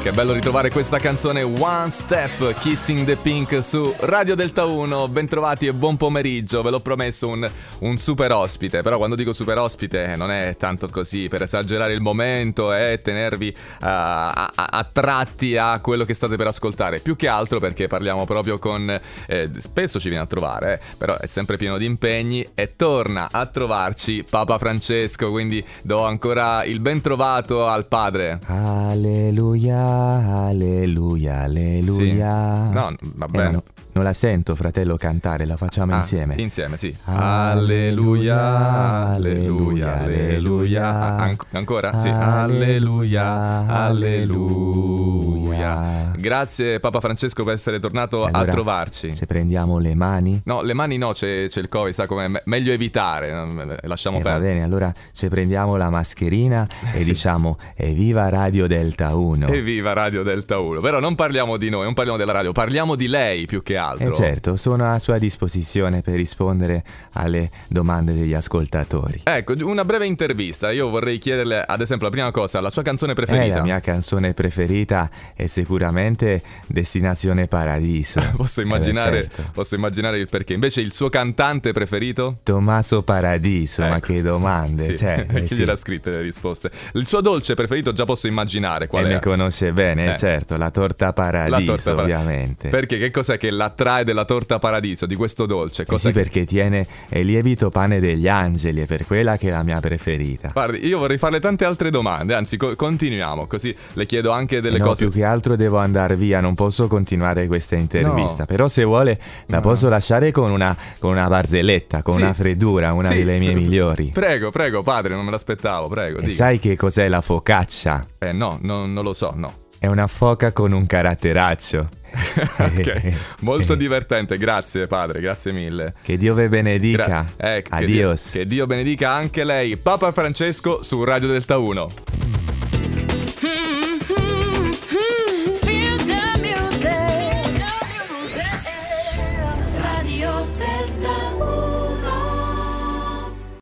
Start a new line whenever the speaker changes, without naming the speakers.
Che bello ritrovare questa canzone One Step Kissing the Pink su Radio Delta 1. Bentrovati e buon pomeriggio. Ve l'ho promesso un, un super ospite. Però quando dico super ospite non è tanto così per esagerare il momento e tenervi eh, a- a- attratti a quello che state per ascoltare. Più che altro perché parliamo proprio con. eh, spesso ci viene a trovare, eh, però è sempre pieno di impegni. E torna a trovarci Papa Francesco. Quindi do ancora il ben trovato al padre.
Alleluia, alleluia, alleluia.
Sì. No, va
Eh,
bene.
ma no- non la sento, fratello, cantare, la facciamo
Ah,
insieme.
Insieme, sì. Alleluia,
Alleluia,
alleluia, alleluia. Ah, anc- ancora? Sì. Alleluia, alleluia. Grazie Papa Francesco per essere tornato a
Allora,
trovarci.
Se prendiamo le mani.
No, le mani no, c'è, c'è il Covid, sa com'è? me- meglio evitare, no, lasciamo
Eh, va
perdere.
bene, allora se prendiamo la mascherina e
Sì.
diciamo evviva Radio Delta 1.
Evviva Radio Delta 1. Però non parliamo di noi, non parliamo della radio, parliamo di lei più che altro.
E certo, sono a sua disposizione per rispondere alle domande degli ascoltatori.
Ecco, una breve intervista. Io vorrei chiederle, ad esempio, la prima cosa, la sua canzone
Eh,
preferita.
la mia canzone preferita è sicuramente Destinazione Paradiso.
Posso
Eh, beh,
immaginare,
certo.
posso immaginare il perché. Invece il suo cantante preferito?
Tommaso Paradiso, ma
Ecco.
che domande.
Sì,
Cioè, eh,
chi
sì.
gliel'ha scritte le risposte? Il suo dolce preferito già posso immaginare
E
qual
ne
è.
conosce bene,
Eh.
certo, la torta paradiso,
para-
ovviamente. Eh,
Perché che cos'è che l'attrae della torta paradiso, di questo dolce?
Eh
Cos'è
sì,
che-
perché tiene il lievito pane degli angeli, è per quella che è la mia preferita.
Guardi, io vorrei farle tante altre domande, anzi co- continuiamo, così le chiedo anche delle
Eh no,
cose.
più che altro devo andare via, non posso continuare questa intervista.
No.
Però se vuole la
No.
posso lasciare con una, con una barzelletta, con
Sì.
una freddura, una
Sì.
delle mie migliori.
Prego, prego, padre, non me l'aspettavo, prego,
E
dica.
sai che cos'è la focaccia?
Eh no, no- non lo so, no.
È una foca con un caratteraccio. Eh,
ok, molto divertente, grazie padre, grazie mille.
Che Dio ve benedica.
Gra- eh, che Dio-
Adios.
che Dio benedica anche lei, Papa Francesco su Radio Delta 1.